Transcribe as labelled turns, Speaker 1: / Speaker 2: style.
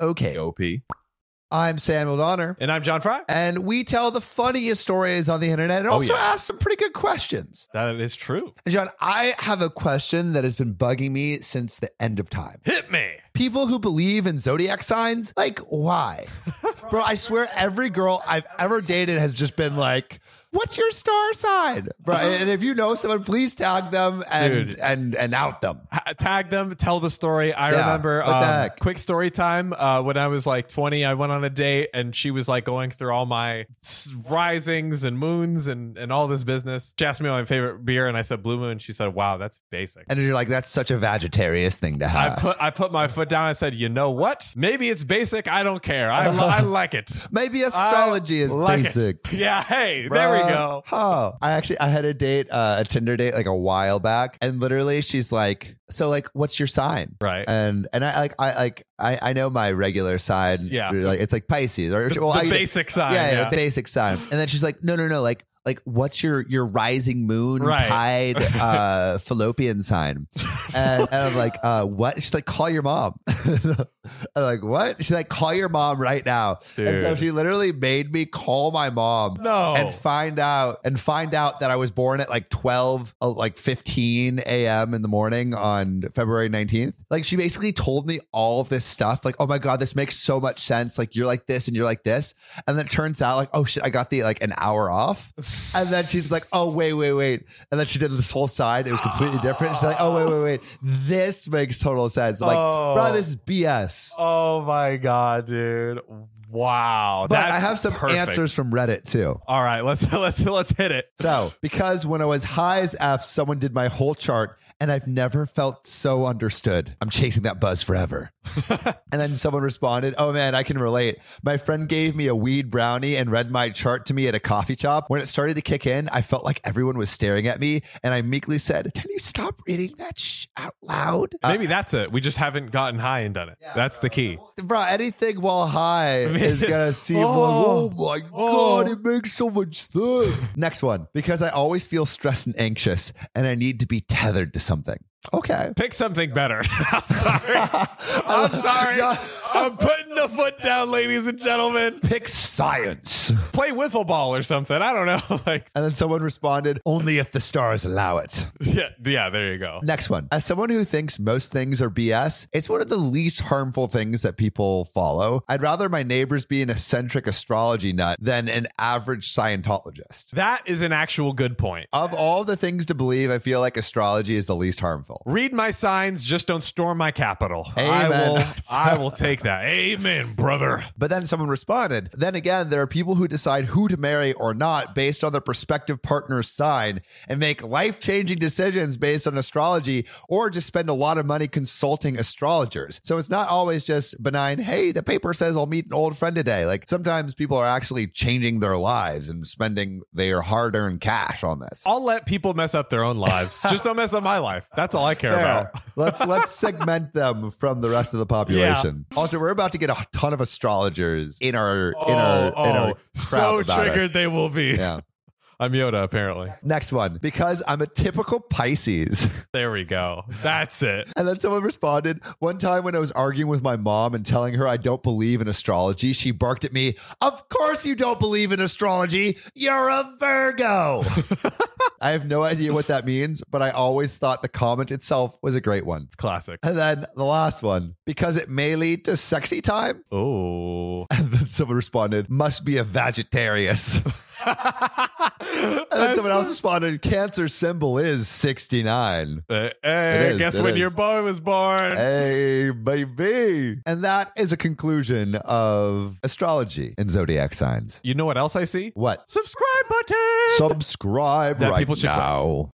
Speaker 1: Okay.
Speaker 2: OP.
Speaker 1: I'm Samuel Donner,
Speaker 2: And I'm John Fry.
Speaker 1: and we tell the funniest stories on the internet and
Speaker 2: Oh,
Speaker 1: also
Speaker 2: yeah.
Speaker 1: ask some pretty good questions.
Speaker 2: That is true.
Speaker 1: And John, I have a question that has been bugging me since the end of time.
Speaker 2: Hit me.
Speaker 1: People who believe in zodiac signs, like, why? Bro, I swear every girl I've ever dated has just been like, What's your star sign? Bro, and if you know someone, please tag them and
Speaker 2: Dude.
Speaker 1: and and out them.
Speaker 2: Ha- Tag them, tell the story. I
Speaker 1: Yeah,
Speaker 2: remember
Speaker 1: what the
Speaker 2: um,
Speaker 1: heck?
Speaker 2: quick story time. Uh, when I was like 20, I went on a date and she was like going through all my s- risings and moons and, and all this business. She asked me my favorite beer and I said Blue Moon. She said, Wow, that's basic.
Speaker 1: And you're like, that's such a Vagetarius thing to
Speaker 2: I
Speaker 1: have.
Speaker 2: put I put my foot down. I said, you know what? Maybe it's basic. I don't care. I, li- I like it.
Speaker 1: Maybe
Speaker 2: I
Speaker 1: astrology is
Speaker 2: like it.
Speaker 1: basic.
Speaker 2: Yeah. Hey, there we
Speaker 1: Bruh.
Speaker 2: go.
Speaker 1: Oh, I actually I had a date, uh, a Tinder date, like a while back, and literally she's like, "So, like, what's your sign?"
Speaker 2: Right.
Speaker 1: And and I like I like I, I know my regular sign.
Speaker 2: Yeah.
Speaker 1: like it's like Pisces or well,
Speaker 2: the
Speaker 1: I-
Speaker 2: basic sign.
Speaker 1: yeah, yeah,
Speaker 2: yeah.
Speaker 1: basic sign. And then she's like, "No, no, no, like." Like what's your your rising moon
Speaker 2: Right.
Speaker 1: tide uh, fallopian sign? And, and I'm like, uh, what? She's like, call your mom. I'm like, what? She's like, call your mom right now. And so
Speaker 2: Dude.
Speaker 1: she literally made me call my mom
Speaker 2: No.
Speaker 1: and find out and find out that I was born at like 12 uh, like 15 a.m. in the morning on February 19th. Like she basically told me all of this stuff like oh my god this makes so much sense like you're like this and you're like this and then it turns out like oh shit I got the like an hour off. And then she's like oh wait wait wait and then she did this whole side it was completely different. She's like oh wait wait wait this makes total sense. I'm like
Speaker 2: Oh.
Speaker 1: bro this is BS.
Speaker 2: oh my god, dude. Wow.
Speaker 1: But
Speaker 2: That's
Speaker 1: I have some
Speaker 2: perfect.
Speaker 1: answers from Reddit too.
Speaker 2: All right, let's let's let's hit it.
Speaker 1: So, because when I was high as F, someone did my whole chart, and I've never felt so understood. I'm chasing that buzz forever. and then someone responded, Oh man, I can relate. My friend gave me a weed brownie and read my chart to me at a coffee shop. When it started to kick in, I felt like everyone was staring at me, and I meekly said, Can you stop reading that sh- out loud? Uh,
Speaker 2: Maybe that's it. We just haven't gotten high and done it. that's the key.
Speaker 1: Bro, anything while high is gonna seem
Speaker 2: Oh.
Speaker 1: like, oh my
Speaker 2: Oh.
Speaker 1: god, it makes so much sense. Next one, because I always feel stressed and anxious, and I need to be tethered to something. Okay,
Speaker 2: Pick something better. I'm sorry. I'm sorry. I'm putting the foot down, ladies and gentlemen.
Speaker 1: Pick science.
Speaker 2: Play wiffle ball or something. I don't know. Like,
Speaker 1: And then someone responded, only if the stars allow it.
Speaker 2: yeah, yeah. There you go.
Speaker 1: Next one. As someone who thinks most things are BS, it's one of the least harmful things that people follow. I'd rather my neighbors be an eccentric astrology nut than an average Scientologist.
Speaker 2: That is an actual good point.
Speaker 1: Of all the things to believe, I feel like astrology is the least harmful.
Speaker 2: Read my signs, just don't storm my capital. I
Speaker 1: Amen.
Speaker 2: will. I will take that. Amen, brother.
Speaker 1: But then someone responded. Then again, there are people who decide who to marry or not based on their prospective partner's sign and make life changing decisions based on astrology or just spend a lot of money consulting astrologers. So it's not always just benign, hey, the paper says I'll meet an old friend today. Like sometimes people are actually changing their lives and spending their hard earned cash on this.
Speaker 2: I'll let people mess up their own lives. Just don't mess up my life. That's all I care
Speaker 1: Fair.
Speaker 2: about.
Speaker 1: let's let's segment them from the rest of the population. Also, we're about to get a ton of astrologers in our in our in our
Speaker 2: Oh, so
Speaker 1: crowd about us.
Speaker 2: triggered they will be.
Speaker 1: Yeah.
Speaker 2: I'm Yoda, apparently.
Speaker 1: Next one, because I'm a typical Pisces.
Speaker 2: There we go. That's it.
Speaker 1: And then someone responded one time when I was arguing with my mom and telling her I don't believe in astrology, she barked at me, Of course you don't believe in astrology. You're a Virgo. I have no idea what that means, but I always thought the comment itself was a great one.
Speaker 2: Classic.
Speaker 1: And then the last one, because it may lead to sexy time.
Speaker 2: Oh.
Speaker 1: And then someone responded, must be a Sagittarius. And then someone else responded, cancer symbol is 69.
Speaker 2: Hey,
Speaker 1: is,
Speaker 2: guess
Speaker 1: it
Speaker 2: when
Speaker 1: is.
Speaker 2: your boy was born.
Speaker 1: Hey, baby. And that is a conclusion of astrology and zodiac signs.
Speaker 2: You know what else I see?
Speaker 1: What?
Speaker 2: Subscribe button.
Speaker 1: Subscribe
Speaker 2: That
Speaker 1: right
Speaker 2: people should-
Speaker 1: now.